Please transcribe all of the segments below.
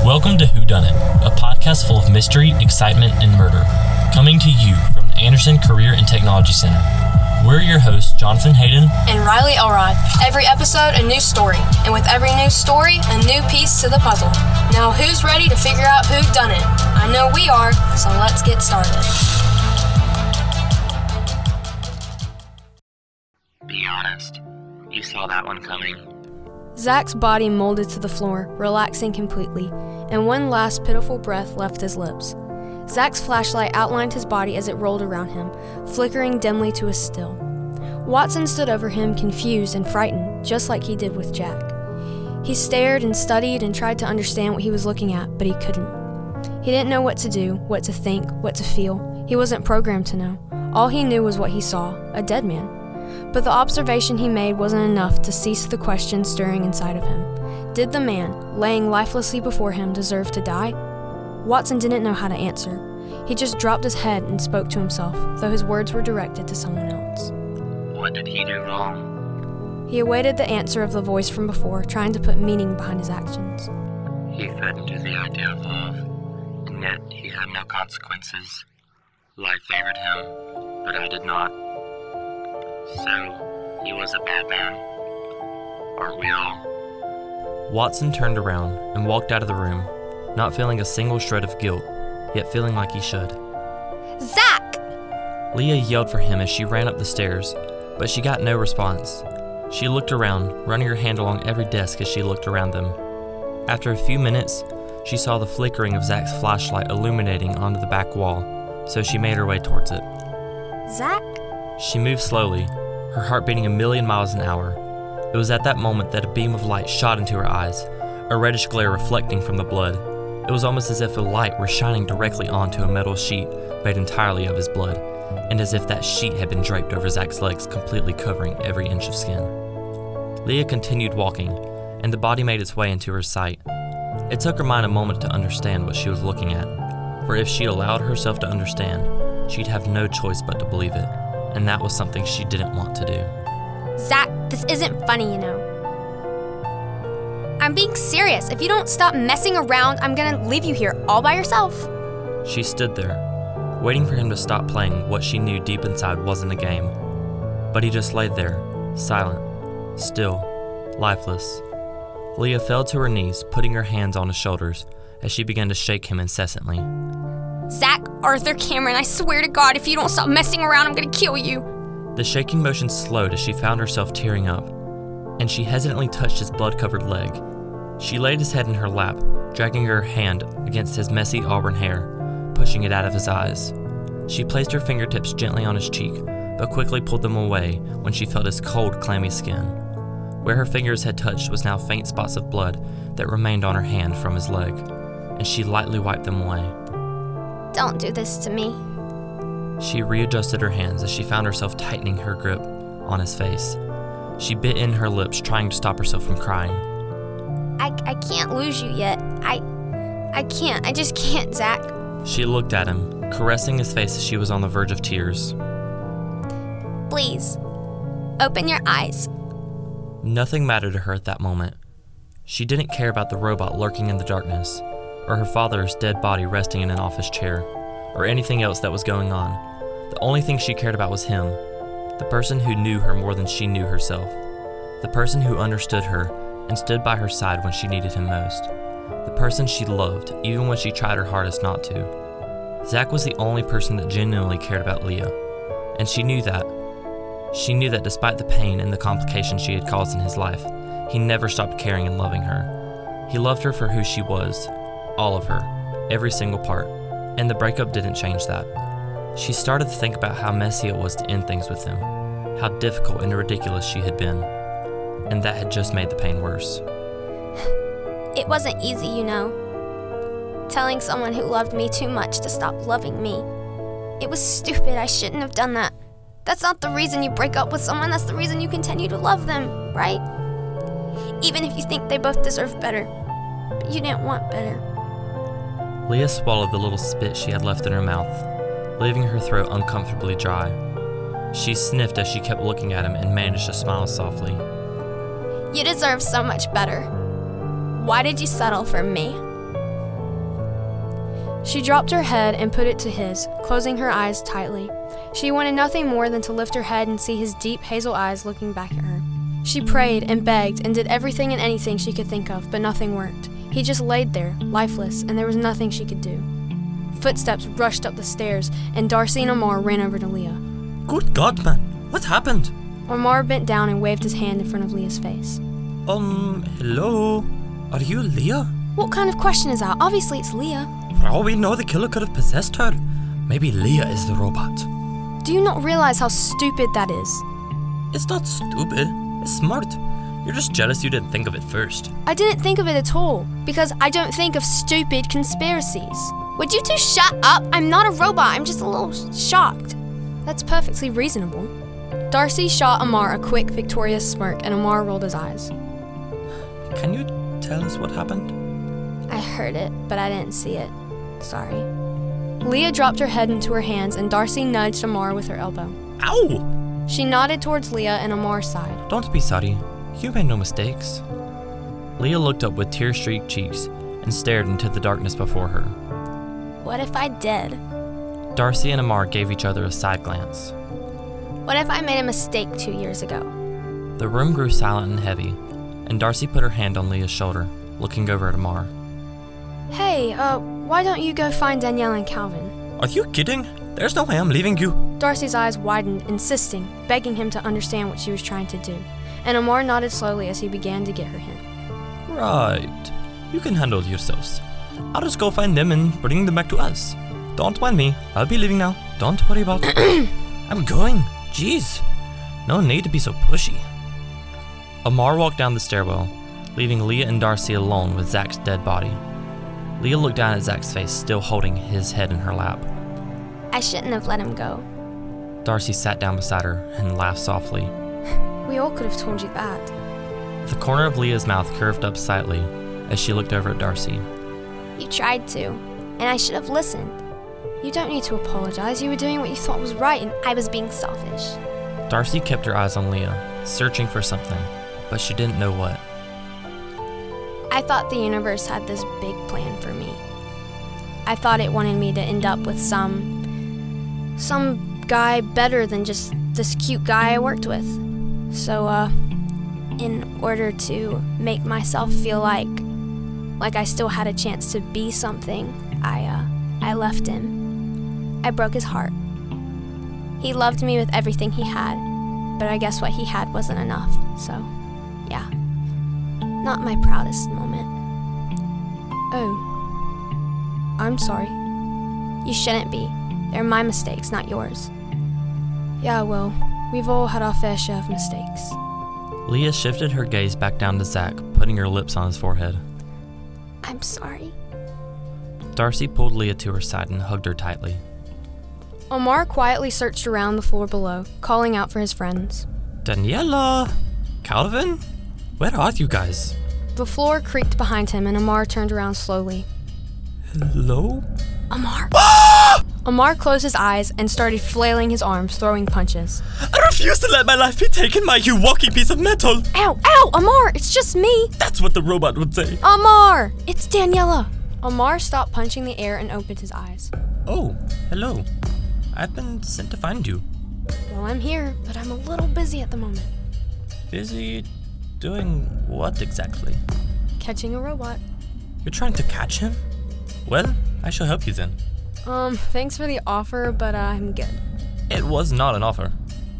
Welcome to Who Done It, a podcast full of mystery, excitement, and murder, coming to you from the Anderson Career and Technology Center. We're your hosts, Jonathan Hayden, and Riley Elrod. Every episode, a new story, and with every new story, a new piece to the puzzle. Now, who's ready to figure out who done it? I know we are, so let's get started. Be honest. You saw that one coming. Zack's body molded to the floor, relaxing completely, and one last pitiful breath left his lips. Zack's flashlight outlined his body as it rolled around him, flickering dimly to a still. Watson stood over him, confused and frightened, just like he did with Jack. He stared and studied and tried to understand what he was looking at, but he couldn't. He didn't know what to do, what to think, what to feel. He wasn't programmed to know. All he knew was what he saw a dead man but the observation he made wasn't enough to cease the question stirring inside of him. Did the man, laying lifelessly before him, deserve to die? Watson didn't know how to answer. He just dropped his head and spoke to himself, though his words were directed to someone else. What did he do wrong? He awaited the answer of the voice from before, trying to put meaning behind his actions. He fed into the idea of love, and yet he had no consequences. Life favored him, but I did not. So, he was a bad man. Are we all? Watson turned around and walked out of the room, not feeling a single shred of guilt, yet feeling like he should. Zach! Leah yelled for him as she ran up the stairs, but she got no response. She looked around, running her hand along every desk as she looked around them. After a few minutes, she saw the flickering of Zach's flashlight illuminating onto the back wall, so she made her way towards it. Zach? She moved slowly, her heart beating a million miles an hour. It was at that moment that a beam of light shot into her eyes, a reddish glare reflecting from the blood. It was almost as if a light were shining directly onto a metal sheet made entirely of his blood, and as if that sheet had been draped over Zack's legs, completely covering every inch of skin. Leah continued walking, and the body made its way into her sight. It took her mind a moment to understand what she was looking at, for if she allowed herself to understand, she'd have no choice but to believe it, and that was something she didn't want to do. Zach, this isn't funny, you know. I'm being serious. If you don't stop messing around, I'm gonna leave you here all by yourself. She stood there, waiting for him to stop playing what she knew deep inside wasn't a game. But he just lay there, silent, still, lifeless. Leah fell to her knees, putting her hands on his shoulders as she began to shake him incessantly. Zach, Arthur Cameron, I swear to God, if you don't stop messing around, I'm gonna kill you. The shaking motion slowed as she found herself tearing up, and she hesitantly touched his blood covered leg. She laid his head in her lap, dragging her hand against his messy auburn hair, pushing it out of his eyes. She placed her fingertips gently on his cheek, but quickly pulled them away when she felt his cold, clammy skin. Where her fingers had touched was now faint spots of blood that remained on her hand from his leg, and she lightly wiped them away. Don't do this to me. She readjusted her hands as she found herself tightening her grip on his face. She bit in her lips, trying to stop herself from crying. I, I can't lose you yet. I I can't. I just can't, Zach. She looked at him, caressing his face as she was on the verge of tears. Please. Open your eyes. Nothing mattered to her at that moment. She didn't care about the robot lurking in the darkness, or her father's dead body resting in an office chair, or anything else that was going on. The only thing she cared about was him, the person who knew her more than she knew herself, the person who understood her and stood by her side when she needed him most, the person she loved even when she tried her hardest not to. Zach was the only person that genuinely cared about Leah, and she knew that she knew that despite the pain and the complications she had caused in his life, he never stopped caring and loving her. He loved her for who she was, all of her, every single part, and the breakup didn't change that. She started to think about how messy it was to end things with him, how difficult and ridiculous she had been, and that had just made the pain worse. It wasn't easy, you know. Telling someone who loved me too much to stop loving me. It was stupid. I shouldn't have done that. That's not the reason you break up with someone, that's the reason you continue to love them, right? Even if you think they both deserve better. But you didn't want better. Leah swallowed the little spit she had left in her mouth, leaving her throat uncomfortably dry. She sniffed as she kept looking at him and managed to smile softly. You deserve so much better. Why did you settle for me? She dropped her head and put it to his, closing her eyes tightly. She wanted nothing more than to lift her head and see his deep hazel eyes looking back at her. She prayed and begged and did everything and anything she could think of, but nothing worked. He just laid there, lifeless, and there was nothing she could do. Footsteps rushed up the stairs, and Darcy and Omar ran over to Leah. Good God, man. What happened? Omar bent down and waved his hand in front of Leah's face. Um, hello? Are you Leah? What kind of question is that? Obviously, it's Leah. For all we know, the killer could have possessed her. Maybe Leah is the robot. Do you not realize how stupid that is? It's not stupid, it's smart. You're just jealous you didn't think of it first. I didn't think of it at all, because I don't think of stupid conspiracies. Would you two shut up? I'm not a robot. I'm just a little shocked. That's perfectly reasonable. Darcy shot Amar a quick, victorious smirk, and Amar rolled his eyes. Can you tell us what happened? I heard it, but I didn't see it. Sorry. Leah dropped her head into her hands, and Darcy nudged Amar with her elbow. Ow! She nodded towards Leah, and Amar sighed. Don't be sorry. You made no mistakes. Leah looked up with tear streaked cheeks and stared into the darkness before her. What if I did? Darcy and Amar gave each other a side glance. What if I made a mistake two years ago? The room grew silent and heavy, and Darcy put her hand on Leah's shoulder, looking over at Amar. Hey, uh, why don't you go find Danielle and Calvin? Are you kidding? There's no way I'm leaving you. Darcy's eyes widened, insisting, begging him to understand what she was trying to do, and Amar nodded slowly as he began to get her hint. Right. You can handle yourselves. I'll just go find them and bring them back to us. Don't mind me. I'll be leaving now. Don't worry about it. I'm going. Jeez. No need to be so pushy. Amar walked down the stairwell, leaving Leah and Darcy alone with Zach's dead body. Leah looked down at Zach's face, still holding his head in her lap. I shouldn't have let him go. Darcy sat down beside her and laughed softly. We all could have told you that. The corner of Leah's mouth curved up slightly as she looked over at Darcy. You tried to, and I should have listened. You don't need to apologize. You were doing what you thought was right, and I was being selfish. Darcy kept her eyes on Leah, searching for something, but she didn't know what. I thought the universe had this big plan for me. I thought it wanted me to end up with some. some guy better than just this cute guy I worked with. So, uh, in order to make myself feel like like I still had a chance to be something, I uh, I left him. I broke his heart. He loved me with everything he had, but I guess what he had wasn't enough. So, yeah. Not my proudest moment. Oh. I'm sorry. You shouldn't be. They're my mistakes, not yours. Yeah, well, we've all had our fair share of mistakes. Leah shifted her gaze back down to Zach, putting her lips on his forehead. I'm sorry. Darcy pulled Leah to her side and hugged her tightly. Omar quietly searched around the floor below, calling out for his friends. Daniela! Calvin? Where are you guys? The floor creaked behind him, and Amar turned around slowly. Hello? Amar? "Ah! Amar closed his eyes and started flailing his arms, throwing punches. I refuse to let my life be taken by you walking piece of metal! Ow, ow, Amar, it's just me! That's what the robot would say. Amar! It's Daniela! Amar stopped punching the air and opened his eyes. Oh, hello. I've been sent to find you. Well, I'm here, but I'm a little busy at the moment. Busy doing what exactly? Catching a robot. You're trying to catch him? Well, I shall help you then. Um, thanks for the offer, but uh, I'm good. It was not an offer.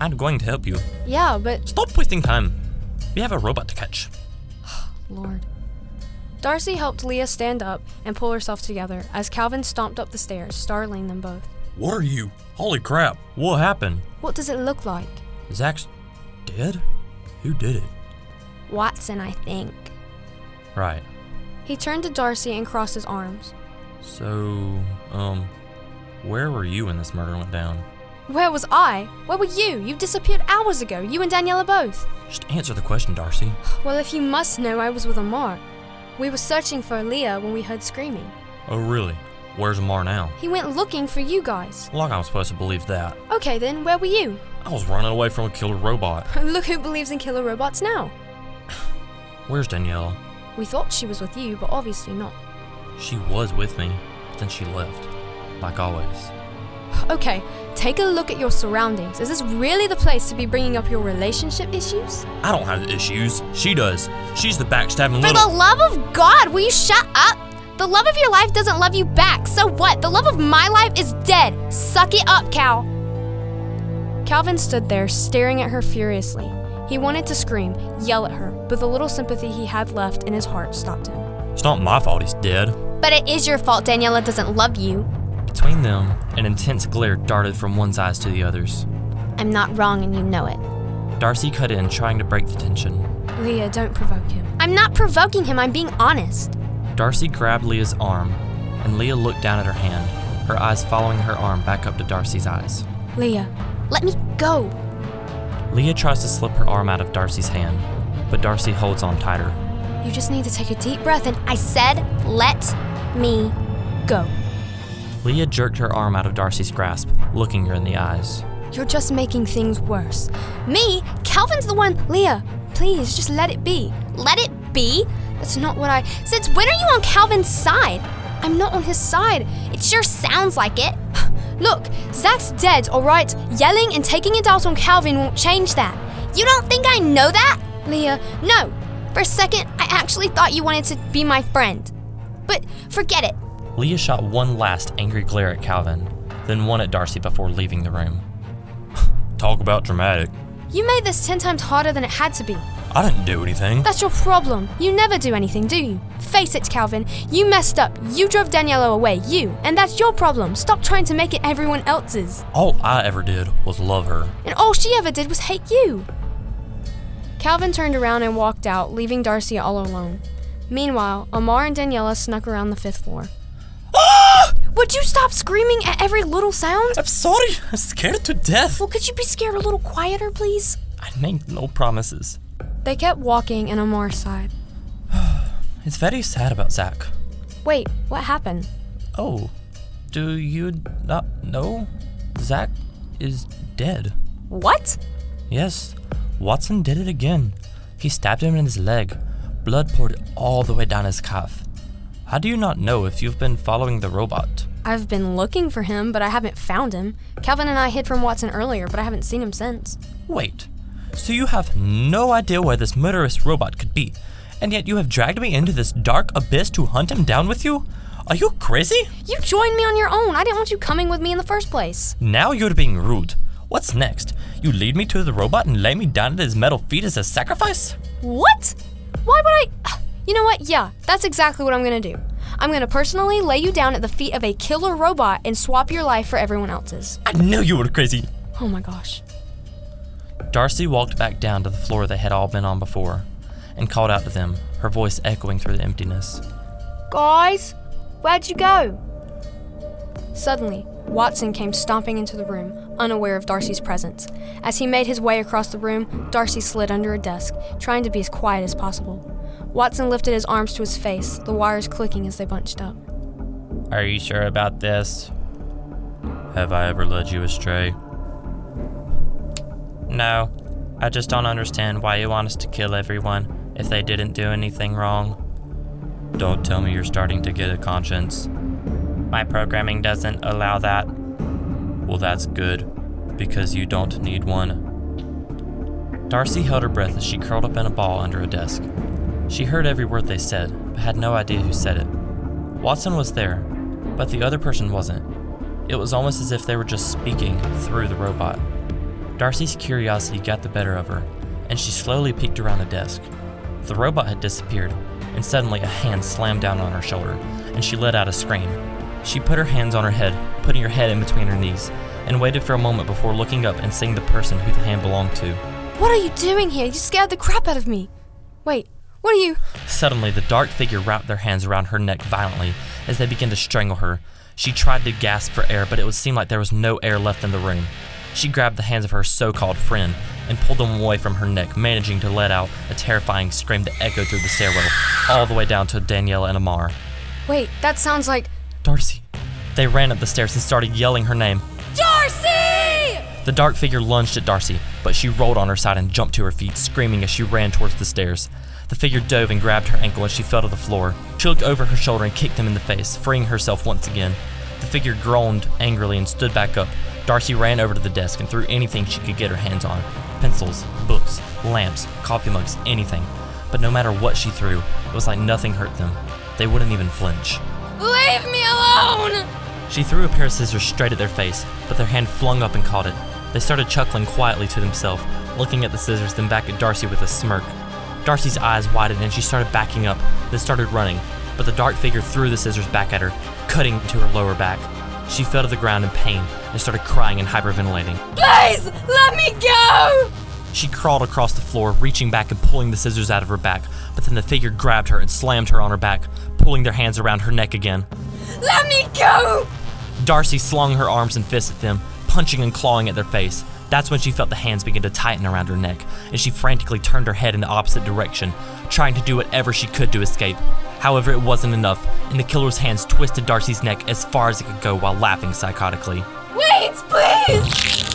I'm going to help you. Yeah, but Stop wasting time. We have a robot to catch. Lord. Darcy helped Leah stand up and pull herself together as Calvin stomped up the stairs, startling them both. What are you? Holy crap. What happened? What does it look like? Zach's dead? Who did it? Watson, I think. Right. He turned to Darcy and crossed his arms. So, um, where were you when this murder went down? Where was I? Where were you? You disappeared hours ago, you and Daniela both. Just answer the question, Darcy. Well, if you must know, I was with Amar. We were searching for Leah when we heard screaming. Oh, really? Where's Amar now? He went looking for you guys. Like I'm supposed to believe that. Okay then, where were you? I was running away from a killer robot. Look who believes in killer robots now. Where's Danielle? We thought she was with you, but obviously not. She was with me. Then she left, like always. Okay, take a look at your surroundings. Is this really the place to be bringing up your relationship issues? I don't have issues. She does. She's the backstabbing For the little. love of God, will you shut up? The love of your life doesn't love you back. So what? The love of my life is dead. Suck it up, Cal. Calvin stood there, staring at her furiously. He wanted to scream, yell at her, but the little sympathy he had left in his heart stopped him. It's not my fault he's dead. But it is your fault Daniela doesn't love you. Between them, an intense glare darted from one's eyes to the other's. I'm not wrong and you know it. Darcy cut in, trying to break the tension. Leah, don't provoke him. I'm not provoking him, I'm being honest. Darcy grabbed Leah's arm, and Leah looked down at her hand, her eyes following her arm back up to Darcy's eyes. Leah, Let me go. Leah tries to slip her arm out of Darcy's hand, but Darcy holds on tighter. You just need to take a deep breath and I said, let me go. Leah jerked her arm out of Darcy's grasp, looking her in the eyes. You're just making things worse. me? Calvin's the one Leah, please just let it be. Let it be? That's not what I. Since when are you on Calvin's side? I'm not on his side. It sure sounds like it. Look, Zach's dead, alright? Yelling and taking it out on Calvin won't change that. You don't think I know that? Leah, No. For a second, I actually thought you wanted to be my friend. But forget it. Leah shot one last angry glare at Calvin, then one at Darcy before leaving the room. Talk about dramatic. you made this ten times harder than it had to be. I didn't do anything. That's your problem. You never do anything, do you? Face it, Calvin. You messed up. You drove Daniello away, you. And that's your problem. Stop trying to make it everyone else's. All I ever did was love her. And all she ever did was hate you. Calvin turned around and walked out, leaving Darcy all alone. Meanwhile, Amar and Daniela snuck around the fifth floor. Would you stop screaming at every little sound? Ah! I'm sorry. I'm scared to death. Well, could you be scared a little quieter, please? I made no promises. They kept walking, and Amar sighed. It's very sad about Zach. Wait, what happened? Oh, do you not know? Zach is dead. What? Yes, Watson did it again. He stabbed him in his leg. Blood poured all the way down his calf. How do you not know if you've been following the robot? I've been looking for him, but I haven't found him. Calvin and I hid from Watson earlier, but I haven't seen him since. Wait, so you have no idea where this murderous robot could be, and yet you have dragged me into this dark abyss to hunt him down with you? Are you crazy? You joined me on your own. I didn't want you coming with me in the first place. Now you're being rude. What's next? You lead me to the robot and lay me down at his metal feet as a sacrifice? What? Why would I? You know what? Yeah, that's exactly what I'm gonna do. I'm gonna personally lay you down at the feet of a killer robot and swap your life for everyone else's. I knew you were crazy. Oh my gosh. Darcy walked back down to the floor they had all been on before and called out to them, her voice echoing through the emptiness. Guys, where'd you go? Suddenly, Watson came stomping into the room, unaware of Darcy's presence. As he made his way across the room, Darcy slid under a desk, trying to be as quiet as possible. Watson lifted his arms to his face, the wires clicking as they bunched up. Are you sure about this? Have I ever led you astray? No. I just don't understand why you want us to kill everyone if they didn't do anything wrong. Don't tell me you're starting to get a conscience. My programming doesn't allow that. Well, that's good, because you don't need one. Darcy held her breath as she curled up in a ball under a desk. She heard every word they said, but had no idea who said it. Watson was there, but the other person wasn't. It was almost as if they were just speaking through the robot. Darcy's curiosity got the better of her, and she slowly peeked around the desk. The robot had disappeared, and suddenly a hand slammed down on her shoulder, and she let out a scream. She put her hands on her head, putting her head in between her knees, and waited for a moment before looking up and seeing the person who the hand belonged to. What are you doing here? You scared the crap out of me. Wait, what are you? Suddenly, the dark figure wrapped their hands around her neck violently as they began to strangle her. She tried to gasp for air, but it would seem like there was no air left in the room. She grabbed the hands of her so called friend and pulled them away from her neck, managing to let out a terrifying scream that echoed through the stairwell, all the way down to Daniela and Amar. Wait, that sounds like. Darcy. They ran up the stairs and started yelling her name. Darcy! The dark figure lunged at Darcy, but she rolled on her side and jumped to her feet, screaming as she ran towards the stairs. The figure dove and grabbed her ankle as she fell to the floor. She looked over her shoulder and kicked him in the face, freeing herself once again. The figure groaned angrily and stood back up. Darcy ran over to the desk and threw anything she could get her hands on pencils, books, lamps, coffee mugs, anything. But no matter what she threw, it was like nothing hurt them. They wouldn't even flinch. Leave me alone! She threw a pair of scissors straight at their face, but their hand flung up and caught it. They started chuckling quietly to themselves, looking at the scissors, then back at Darcy with a smirk. Darcy's eyes widened and she started backing up, then started running, but the dark figure threw the scissors back at her, cutting into her lower back. She fell to the ground in pain and started crying and hyperventilating. Please, let me go! She crawled across the floor, reaching back and pulling the scissors out of her back, but then the figure grabbed her and slammed her on her back, pulling their hands around her neck again. Let me go! Darcy slung her arms and fists at them, punching and clawing at their face. That's when she felt the hands begin to tighten around her neck, and she frantically turned her head in the opposite direction, trying to do whatever she could to escape. However, it wasn't enough, and the killer's hands twisted Darcy's neck as far as it could go while laughing psychotically. Wait, please!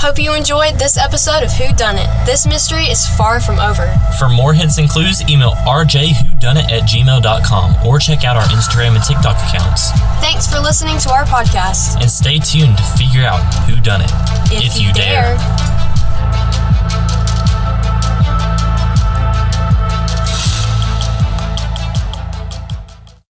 Hope you enjoyed this episode of Who Done It. This mystery is far from over. For more hints and clues, email rjwhodunit at gmail.com or check out our Instagram and TikTok accounts. Thanks for listening to our podcast. And stay tuned to figure out who done it. If, you, dare.